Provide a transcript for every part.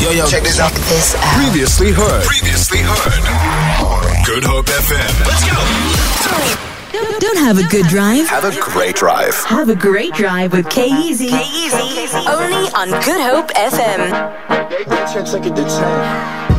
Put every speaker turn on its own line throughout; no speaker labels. Yo, yo, check this out.
This out.
Previously heard.
Previously heard. Good Hope FM. Let's go.
Don't, don't have a good drive.
Have a great drive.
Have a great drive with K-Easy.
Only on Good Hope FM.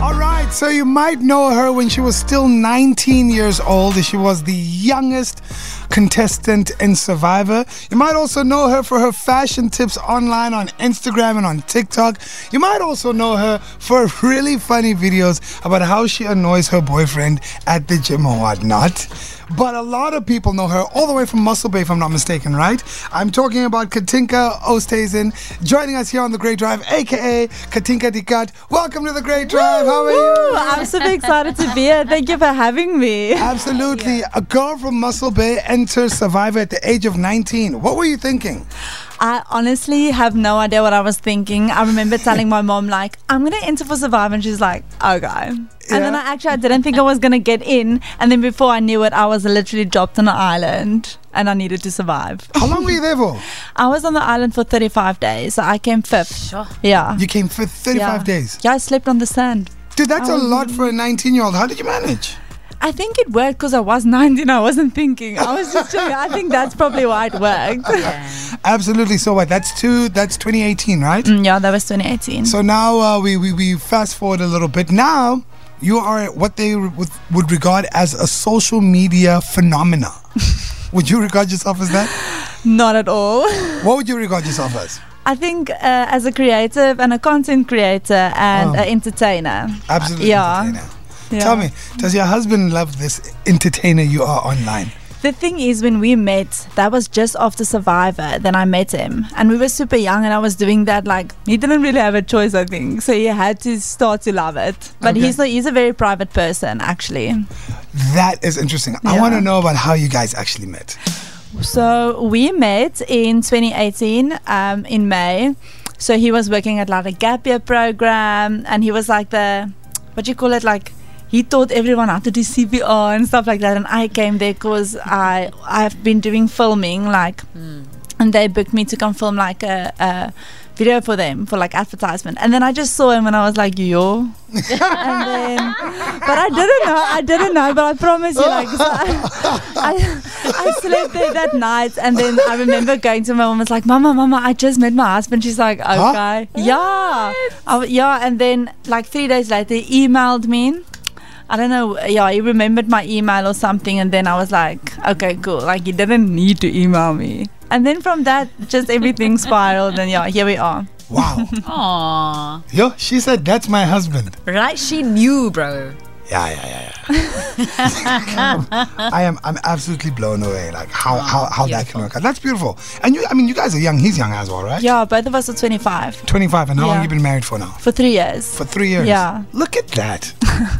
All right, so you might know her when she was still 19 years old. She was the youngest contestant and survivor. You might also know her for her fashion tips online on Instagram and on TikTok. You might also know her for really funny videos about how she annoys her boyfriend at the gym or whatnot. But a lot of people know her all the way from Muscle Bay, if I'm not mistaken, right? I'm talking about Katinka Ostazen joining us here on The Great Drive, aka Katinka Dikat. Welcome to The Great Drive. How are you?
Woo! I'm super excited to be here. Thank you for having me.
Absolutely. A girl from Muscle Bay enters Survivor at the age of 19. What were you thinking?
I honestly have no idea what I was thinking. I remember telling my mom, like, I'm going to enter for Survivor. And she's like, okay. And then
Yeah.
I actually I didn't think I was going to get in. And then before I knew it, I was literally dropped on an island and I needed to survive.
How long were you there for?
I was on the island for 35 days. So I came fifth. Sure. Yeah.
You came for 35
yeah.
days.
Yeah, Um, I slept on the sand.
Dude, that's a lot for a 19 year old. How did you manage?
I think it worked because I was 19. I wasn't thinking. I was just chilling. I think that's probably why it worked.
Absolutely. So what? That's two. That's 2018, right?
Mm, yeah, that was 2018.
So now uh, we, we we fast forward a little bit. Now you are what they would, would regard as a social media phenomena. would you regard yourself as that?
Not at all.
What would you regard yourself as?
I think uh, as a creative and a content creator and
Wow.
an entertainer.
Absolutely.
Yeah.
Oh. Entertainer.
Yeah.
Tell me, does your husband love this entertainer you are online?
The thing is, when we met, that was just after Survivor. Then I met him, and we were super young, and I was doing that like he didn't really have a choice, I think. So he had to start to love it. But
Okay.
he's not, he's a very private person, actually.
That is interesting. I
Yeah.
want to know about how you guys actually met.
So we met in 2018 um, in May. So he was working at like a gap year program, and he was like the what do you call it? Like he taught everyone how to do CPR and stuff like that. And I came there because I I've been doing filming like, and they booked me to come film like a. a video for them for like advertisement and then i just saw him and i was like yo and then but I didn't know. I didn't know. But I promise you, like, so I, I, I slept there that night, and then I remember going to my mom. It's like, Mama, Mama, I just met my husband. She's like, Okay, yeah, I, yeah. And then like three days later, he emailed me. I don't know. Yeah, he remembered my email or something, and then I was like, okay, cool. Like he didn't need to email me. And then from that, just everything spiraled, and yeah, here we are.
Wow.
Aw.
Yo, she said that's my husband.
Right? She knew, bro.
Yeah, yeah, yeah, yeah. I am I'm absolutely blown away like how how, how that can work out. That's beautiful. And you I mean you guys are young, he's young as well, right?
Yeah, both of us are 25
Twenty five and how long
Yeah.
you been married for now?
for three years.
For three years.
Yeah.
Look at that.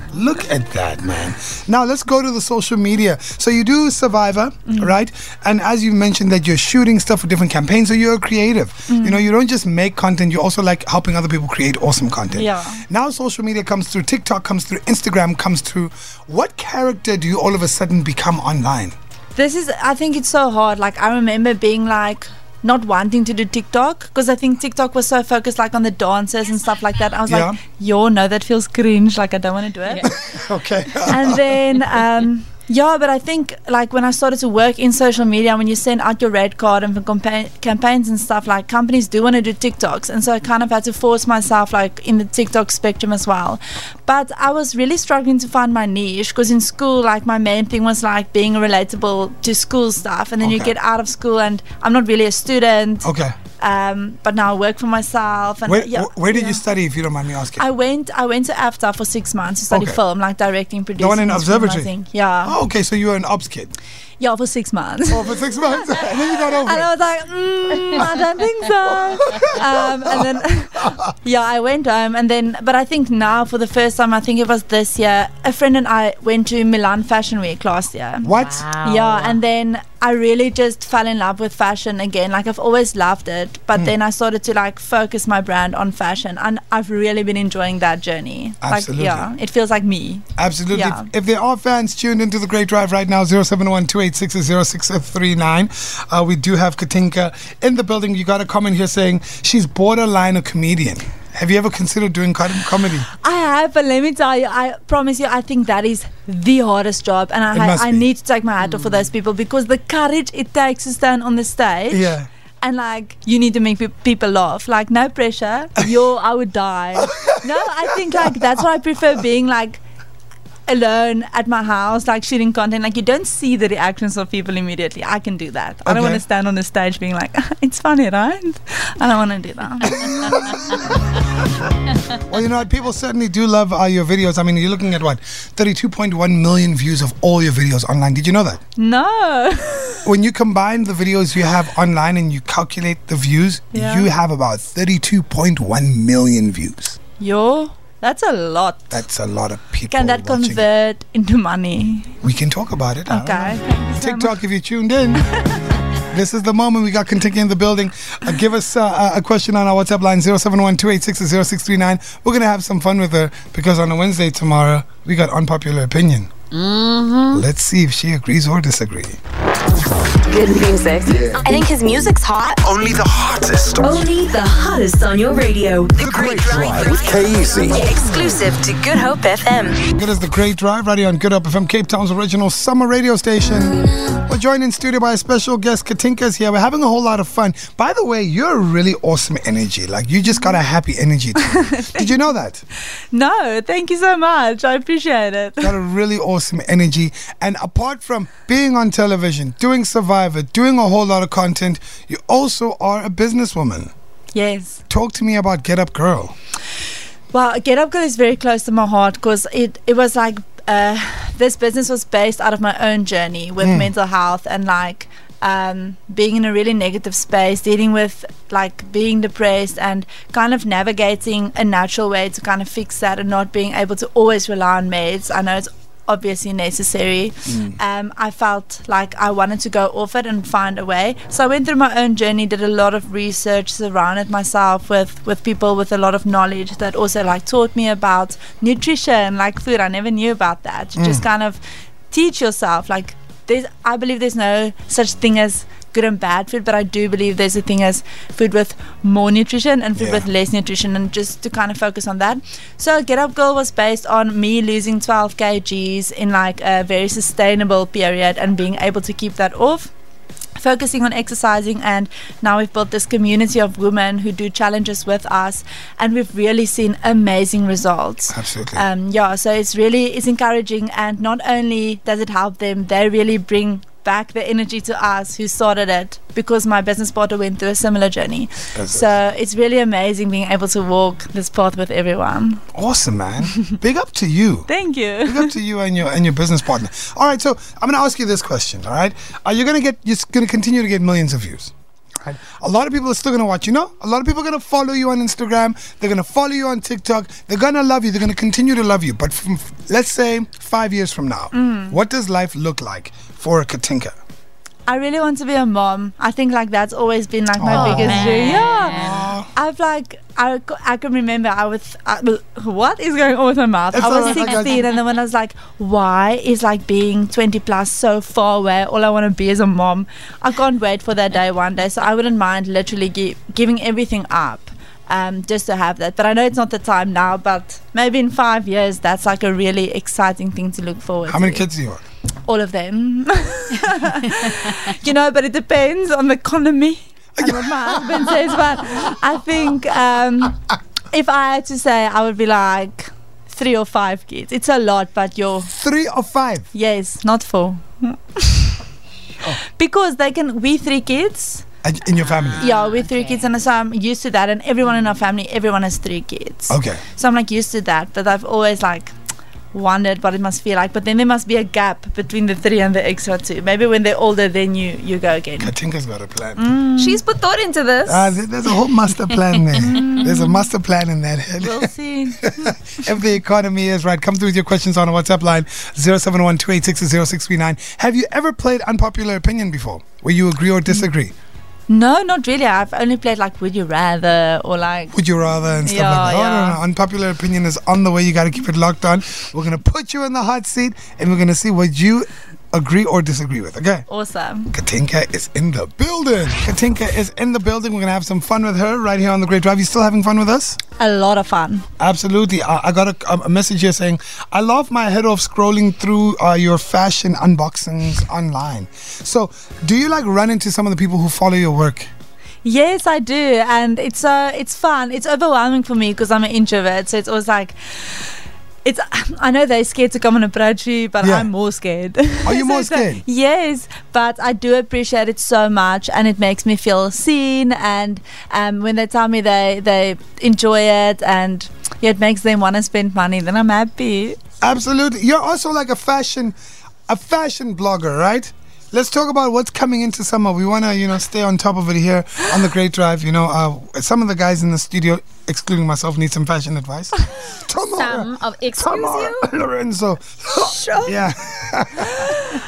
Look at that, man. Now let's go to the social media. So you do Survivor,
Mm-hmm.
right? And as you mentioned that you're shooting stuff for different campaigns, so you're a creative.
Mm-hmm.
You know, you don't just make content, you also like helping other people create awesome content.
Yeah.
Now social media comes through, TikTok comes through, Instagram comes through. What character do you all of a sudden become online?
This is, I think it's so hard. Like, I remember being like, not wanting to do TikTok because I think TikTok was so focused like on the dancers and stuff like that. I was like,
Yeah.
yo, no, that feels cringe. Like, I don't want to do it.
Okay.
and then um, yeah, but I think like when I started to work in social media, when you send out your red card and for campa- campaigns and stuff, like companies do want to do TikToks, and so I kind of had to force myself like in the TikTok spectrum as well. But I was really struggling to find my niche because in school, like my main thing was like being relatable to school stuff, and then you
Okay.
get out of school and I'm not really a student.
okay.
Um, but now I work for myself. And
Where,
yeah,
wh- where did
yeah.
you study, if you don't mind me asking?
I went I went to AFTA for six months to study
Okay.
film, like directing, producing.
in
and
observatory?
screenwriting. Yeah.
oh, okay. So you were an ops kid
Yeah, for six months.
oh, for six months, and then you got over.
And
it.
I was like, mm, I don't think so. Um, and then, yeah, I went home. And then, but I think now, for the first time, I think it was this year, a friend and I went to Milan Fashion Week last year.
What?
Yeah, and then I really just fell in love with fashion again. Like I've always loved it, but
Hmm.
then I started to like focus my brand on fashion, and I've really been enjoying that journey.
Absolutely.
Like yeah, it feels like me.
Absolutely.
Yeah.
If, if there are fans tuned into the Great Drive right now, 071 286 Uh, we do have Katinka in the building. You got a comment here saying she's borderline a comedian. Have you ever considered doing co- comedy?
I have, but let me tell you, I promise you, I think that is the hardest job, and I
It
ha-
must
I
be. Mm.
need to take my hat off for those people because the courage it takes to stand on the stage.
Yeah.
And like you need to make pe- people laugh. Like no pressure. Yo, I would die. no, I think like that's why I prefer being like alone at my house, like shooting content. Like you don't see the reactions of people immediately. I can do that. I don't
Okay.
want to stand on the stage being like, it's funny, right? I don't want to do that.
Well, you know what? People certainly do love uh, your videos. I mean, you're looking at what? 32.1 million views of all your videos online. Did you know that?
no.
When you combine the videos you have online and you calculate the views,
Yeah.
you have about 32.1 million views.
Yo, that's a lot.
That's a lot of people.
Can that
watching.
convert into money?
We can talk about it. I don't
Okay.
know.
thank you so much.
TikTok, if you tuned in. This is the moment we got Kentucky in the building. Uh, give us uh, a question on our WhatsApp line 071 0639 We're going to have some fun with her because on a Wednesday tomorrow, we got unpopular opinion. Mm-hmm. Let's see if she agrees or disagrees.
Good music. I think his music's hot.
Only the hottest.
Only the hottest on your radio.
The Great Drive with KEZ.
Exclusive to Good Hope FM.
Good as the Great Drive, right here on Good Up FM, Cape Town's original summer radio station. We're joined in studio by a special guest, Katinka's here. We're having a whole lot of fun. By the way, you're a really awesome energy. Like, you just got a happy energy. to you. Did you know that?
No, thank you so much. I appreciate it.
got a really awesome energy. And apart from being on television, doing Survivor, doing a whole lot of content, you also are a businesswoman.
Yes.
Talk to me about Get Up Girl.
Well, Get Up Girl is very close to my heart because it, it was like uh, this business was based out of my own journey with mental health and like um, being in a really negative space, dealing with like being depressed and kind of navigating a natural way to kind of fix that and not being able to always rely on meds. I know it's obviously necessary. Um, I felt like I wanted to go off it and find a way. So I went through my own journey, did a lot of research, surrounded myself with, with people with a lot of knowledge that also like taught me about nutrition, like food. I never knew about that. You Just kind of teach yourself. Like there's, I believe there's no such thing as good and bad food, but I do believe there's a thing as food with more nutrition and food
Yeah.
with less nutrition, and just to kind of focus on that. So, Get Up Girl was based on me losing 12 kgs in like a very sustainable period and being able to keep that off. Focusing on exercising, and now we've built this community of women who do challenges with us, and we've really seen amazing results.
Absolutely.
Um, yeah, so it's really it's encouraging, and not only does it help them, they really bring back the energy to us who started it because my business partner went through a similar journey. so it's really amazing being able to walk this path with everyone.
Awesome, man. Big up to you.
Thank you.
Big up to you and your and your business partner. All right, so I'm gonna ask you this question. All right, are you gonna get? You're gonna continue to get millions of views. all Right? A lot of people are still gonna watch. You know, a lot of people are gonna follow you on Instagram. They're gonna follow you on TikTok. They're gonna love you. They're gonna continue to love you. But from, let's say five years from now, what does life look like for a Katinka?
I really want to be a mom. I think like that's always been like my
Aw.
biggest dream.
Man.
Yeah. I've like I, c- I can remember I was I, what is going on with my mouth?
It's
I was
alright, I got
16
you.
and then when I was like why is like being 20 plus so far away all I want to be is a mom. I can't wait for that day one day so I wouldn't mind literally gi- giving everything up. Um, just to have that, but I know it's not the time now. But maybe in five years, that's like a really exciting thing to look forward.
How many
to
kids do you have?
all of them. you know, but it depends on the economy and what my husband says. But I think um, if I had to say, I would be like three or five kids. It's a lot, but you're
Three or five?
yes, not four. Because they can, we three kids.
Uh, In your family?
Yeah, we three kids, and so I'm used to that. And everyone in our family, everyone has three kids.
Okay.
So I'm like used to that, but I've always like wondered what it must feel like. But then there must be a gap between the three and the extra two. Maybe when they're older, then you you go again.
Katinka's got a plan.
She's put thought into this.
Ah, there- there's a whole master plan there. there's a master plan in that head.
We'll see.
if the economy is right, come through with your questions on our WhatsApp line 071 Have you ever played unpopular opinion before, where you agree or disagree?
no, not really. I've only played like Would You Rather or like.
Would you rather and stuff
Yeah,
like that? Oh, no,
yeah.
no, unpopular opinion is on the way. You got to keep it locked on. We're gonna put you in the hot seat, and we're gonna see what you agree or disagree with, okay?
Awesome.
Katinka is in the building. Katinka is in the building. We're going to have some fun with her right here on the Great Drive. You still having fun with us?
A lot of fun.
Absolutely. I, I got a, a message here saying, I laugh my head off scrolling through uh, your fashion unboxings online. So, do you like run into some of the people who follow your work?
Yes, I do, and it's uh, it's fun. It's overwhelming for me because I'm an introvert, so it's always like. It's, I know they're scared to come and approach you, but
Yeah.
I'm more scared.
Are you
So
more
it's like,
scared?
yes, but I do appreciate it so much, and it makes me feel seen. And um, when they tell me they they enjoy it, and yeah, it makes them want to spend money, then I'm happy.
Absolutely. You're also like a fashion, a fashion blogger, right? Let's talk about what's coming into summer. We want to, you know, stay on top of it here on the Great Drive. You know, uh, some of the guys in the studio, excluding myself, need some fashion advice. Tamara,
Some of excuse
Tamara,
you.
Lorenzo. Yeah.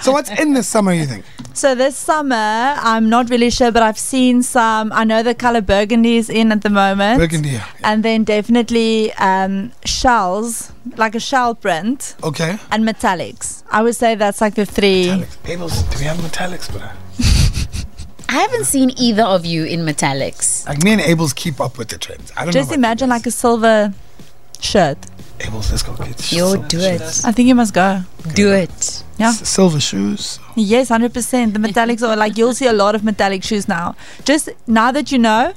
so what's in this summer? You think?
So this summer, I'm not really sure, but I've seen some. I know the color burgundy is in at the moment.
Burgundy. yeah.
and then definitely um, shells, like a shell print,
Okay.
and metallics. I would say that's like the three.
Metallics. Tables. Do we have metallics for that?
I haven't seen either of you in metallics.
Like me and Abel's keep up with the trends. I don't
Just
know.
imagine like a silver shirt.
like Abel's. Let's go get
Yo,
silver
do
shoes.
it.
I think you must go.
Do it.
Yeah.
S- Silver shoes.
Yes, hundred percent. The metallics are like you'll see a lot of metallic shoes now. Just now that you know,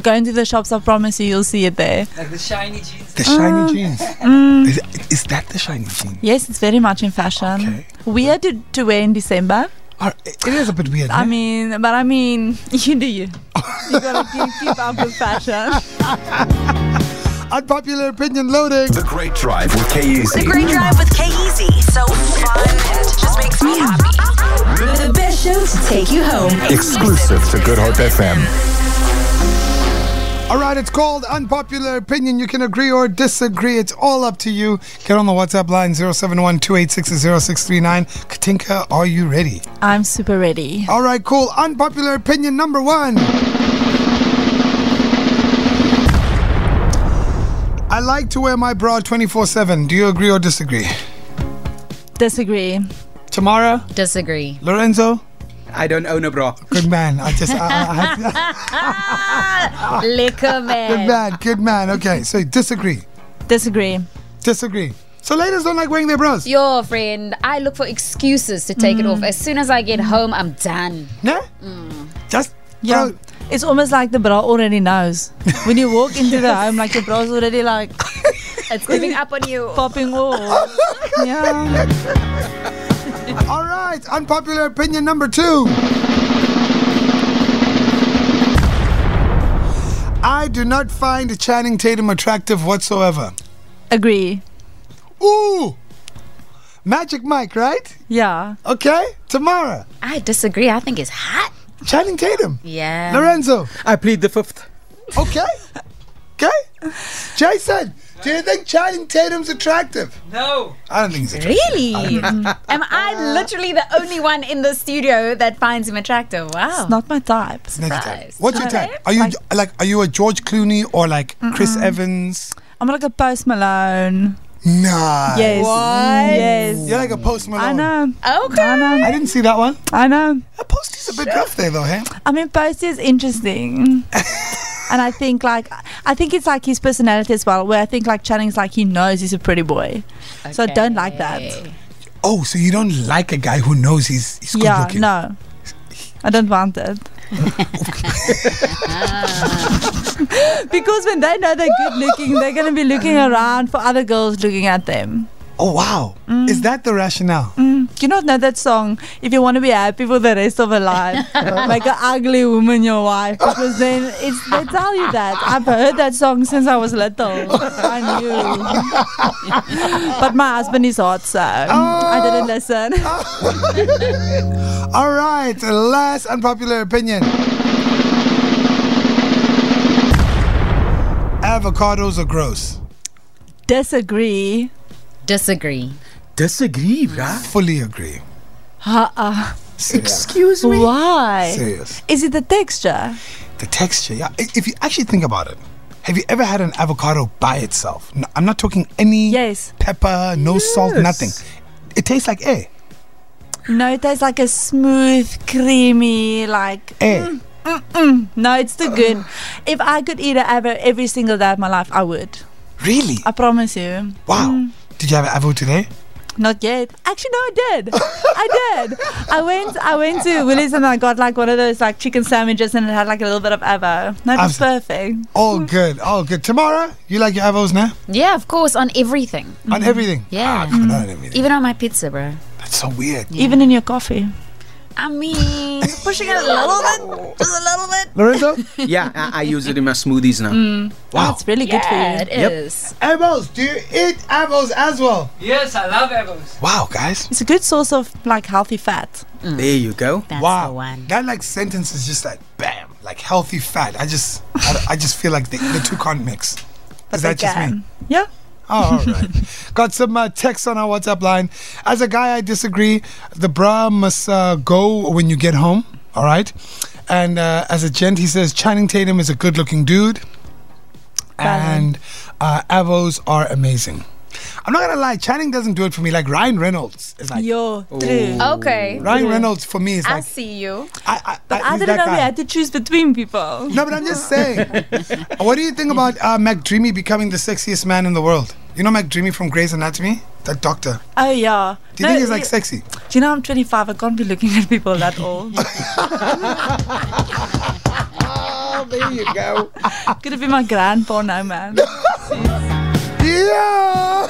go into the shops. I promise you, you'll see it there.
Like the shiny jeans.
The shiny jeans. Is, is that the shiny jean?
Yes, it's very much in fashion.
Okay.
Weird to, to wear in December.
Are- It is a bit weird.
I
eh?
mean, but I mean, you do you. You gotta keep, keep up with fashion.
unpopular opinion loading.
The Great Drive with E
The
KEZ.
Great Drive with K-Easy. So fun and it just makes me happy.
The best show to take you home.
E
Exclusive to Good Hope FM.
All right, it's called unpopular opinion. You can agree or disagree. It's all up to you. Get on the WhatsApp line 071 286 0639. Katinka, are you ready?
I'm super ready.
All right, cool. Unpopular opinion number one. I like to wear my bra 24 7. Do you agree or disagree?
Disagree.
Tamara,
Disagree.
Lorenzo,
I don't own a bra.
good man. I just, I, I, I had to-
Liquor
good
man.
man, good man. Okay, so disagree.
Disagree.
Disagree. So ladies don't like wearing their bras.
Your friend, I look for excuses to take it off.
Mm.
As soon as I get home, I'm done.
Nah? Just
Yeah.
throw-
It's almost like the bra already knows. When you walk into the home, like the bra's already like
It's giving up on you.
popping off. Yeah.
All right, unpopular opinion number two. I do not find Channing Tatum attractive whatsoever.
Agree.
Ooh, Magic Mike, right?
Yeah.
Okay, Tamara,
I disagree. I think it's hot.
Channing Tatum,
Yeah.
Lorenzo.
I plead the fifth.
Okay, okay. Jason, do you think Channing Tatum's attractive?
No.
I don't think he's attractive.
Really? Am I literally the only one in the studio that finds him attractive? Wow.
Not my type.
Not your
Surprised.
type. What's your
Okay.
type? Are you like are you a George Clooney or like Chris Evans?
I'm like a post Malone.
Nah.
Yes. Why? Yes.
You're like a post Malone.
I know.
okay.
I know.
I didn't see that one.
I know.
A post is a bit rough there, though, hey?
I mean, post is interesting. And I think like I think it's like his personality as well, where I think like Channing's like he knows he's a pretty boy, so I don't like that.
Oh, so you don't like a guy who knows he's, he's good
yeah,
looking?
no, I don't want it. because when they know they're good looking, they're gonna be looking around for other girls looking at them.
Oh, wow.
Mm.
Is that the rationale?
Do you not know that song? If you want to be happy for the rest of your life, make an ugly woman your wife. Because then it's, they tell you that. I've heard that song since I was little. I knew. but my husband is hot, so I didn't listen.
All right, the last unpopular opinion. Avocados are gross.
Disagree.
Disagree.
Disagree, bruh.
Fully agree.
Uh-uh.
Excuse me.
Why?
Serious.
Is it the texture?
The texture, yeah. I- If you actually think about it, have you ever had an avocado by itself? No, I'm not talking any
Yes.
pepper, no salt,
Yes.
nothing. It tastes like air.
No, it tastes like a smooth, creamy, like.
Eh.
Mm-mm. No, it's too good. If I could eat an avocado every single day of my life, I would.
Really?
I promise you.
Wow.
Mm.
Did you have an avo today?
Not yet. Actually, no, I did. I did. I went. I went to Willie's and I got like one of those like chicken sandwiches and it had like a little bit of avo. That was
I've-
perfect.
All
Mm.
good. All good. Tamara, you like your avos now?
Yeah, of course, on everything.
On everything.
Yeah.
Ah, come on, everything.
Even on my pizza, bro.
That's so weird.
Even in your coffee. Oh,
I mean, pushing it a little bit, just a little bit.
Lorenzo?
Yeah, I, I use it in my smoothies now.
Wow. It's really good
Yeah,
for you.
it
Yep.
is.
avos. Do you eat avos as well?
Yes, I love apples.
Wow, guys.
It's a good source of like healthy fat.
There you go.
That's
wow.
the one.
That like sentence is just like bam, like healthy fat. I just, I, don't- I just feel like the, the two can't mix. Is that just me?
Again. Yeah.
Oh, all right. Got some uh, text on our WhatsApp line. As a guy, I disagree. The bra must uh, go when you get home. All right. And uh, as a gent, he says Channing Tatum is a good-looking dude, and uh, avos are amazing. I'm not gonna lie, Channing doesn't do it for me. Like Ryan Reynolds is like
Yo, true.
Okay.
Ryan Reynolds for me is
I
like
see you.
I, I,
But
I,
I
he's
didn't know
that
we
guy.
had to choose between people.
No, but I'm just saying. what do you think about uh, McDreamy becoming the sexiest man in the world? You know McDreamy from Grey's Anatomy, that doctor.
Oh yeah.
Do you
No,
think he's like
y-
sexy?
Do you know I'm 25? I can't be looking at people that old.
There you go.
Could it be my grandpa now, man?
Yeah.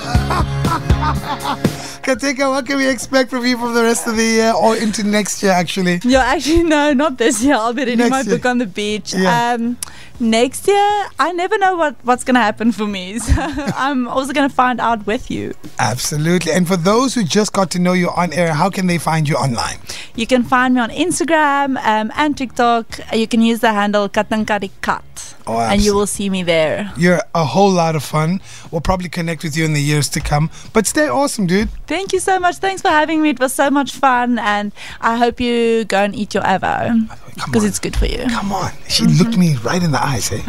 Katika, what can we expect from you from the rest of the year or into next year, actually?
Yeah, actually, no, not this year. I'll be reading
Next
my
year.
book on the beach.
Yeah.
Um, next year, I never know what, what's going to happen for me. So I'm also going to find out with you.
Absolutely. And for those who just got to know you on air, how can they find you online?
You can find me on Instagram um, and TikTok. You can use the handle Katankari Kat.
Oh,
and you
absolutely.
will see me there.
You're a whole lot of fun. We'll probably connect with you in the years to come. But stay awesome, dude.
Thank you so much. Thanks for having me. It was so much fun. And I hope you go and eat your Avo
Come
because
on.
it's good for you.
Come on. She looked me right in the eyes, eh?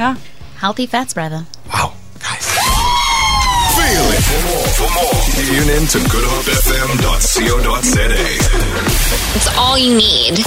Healthy fats, brother.
Wow. Guys.
Feel it. For more, for more, tune in to goodhopefm.co.za.
It's all you need.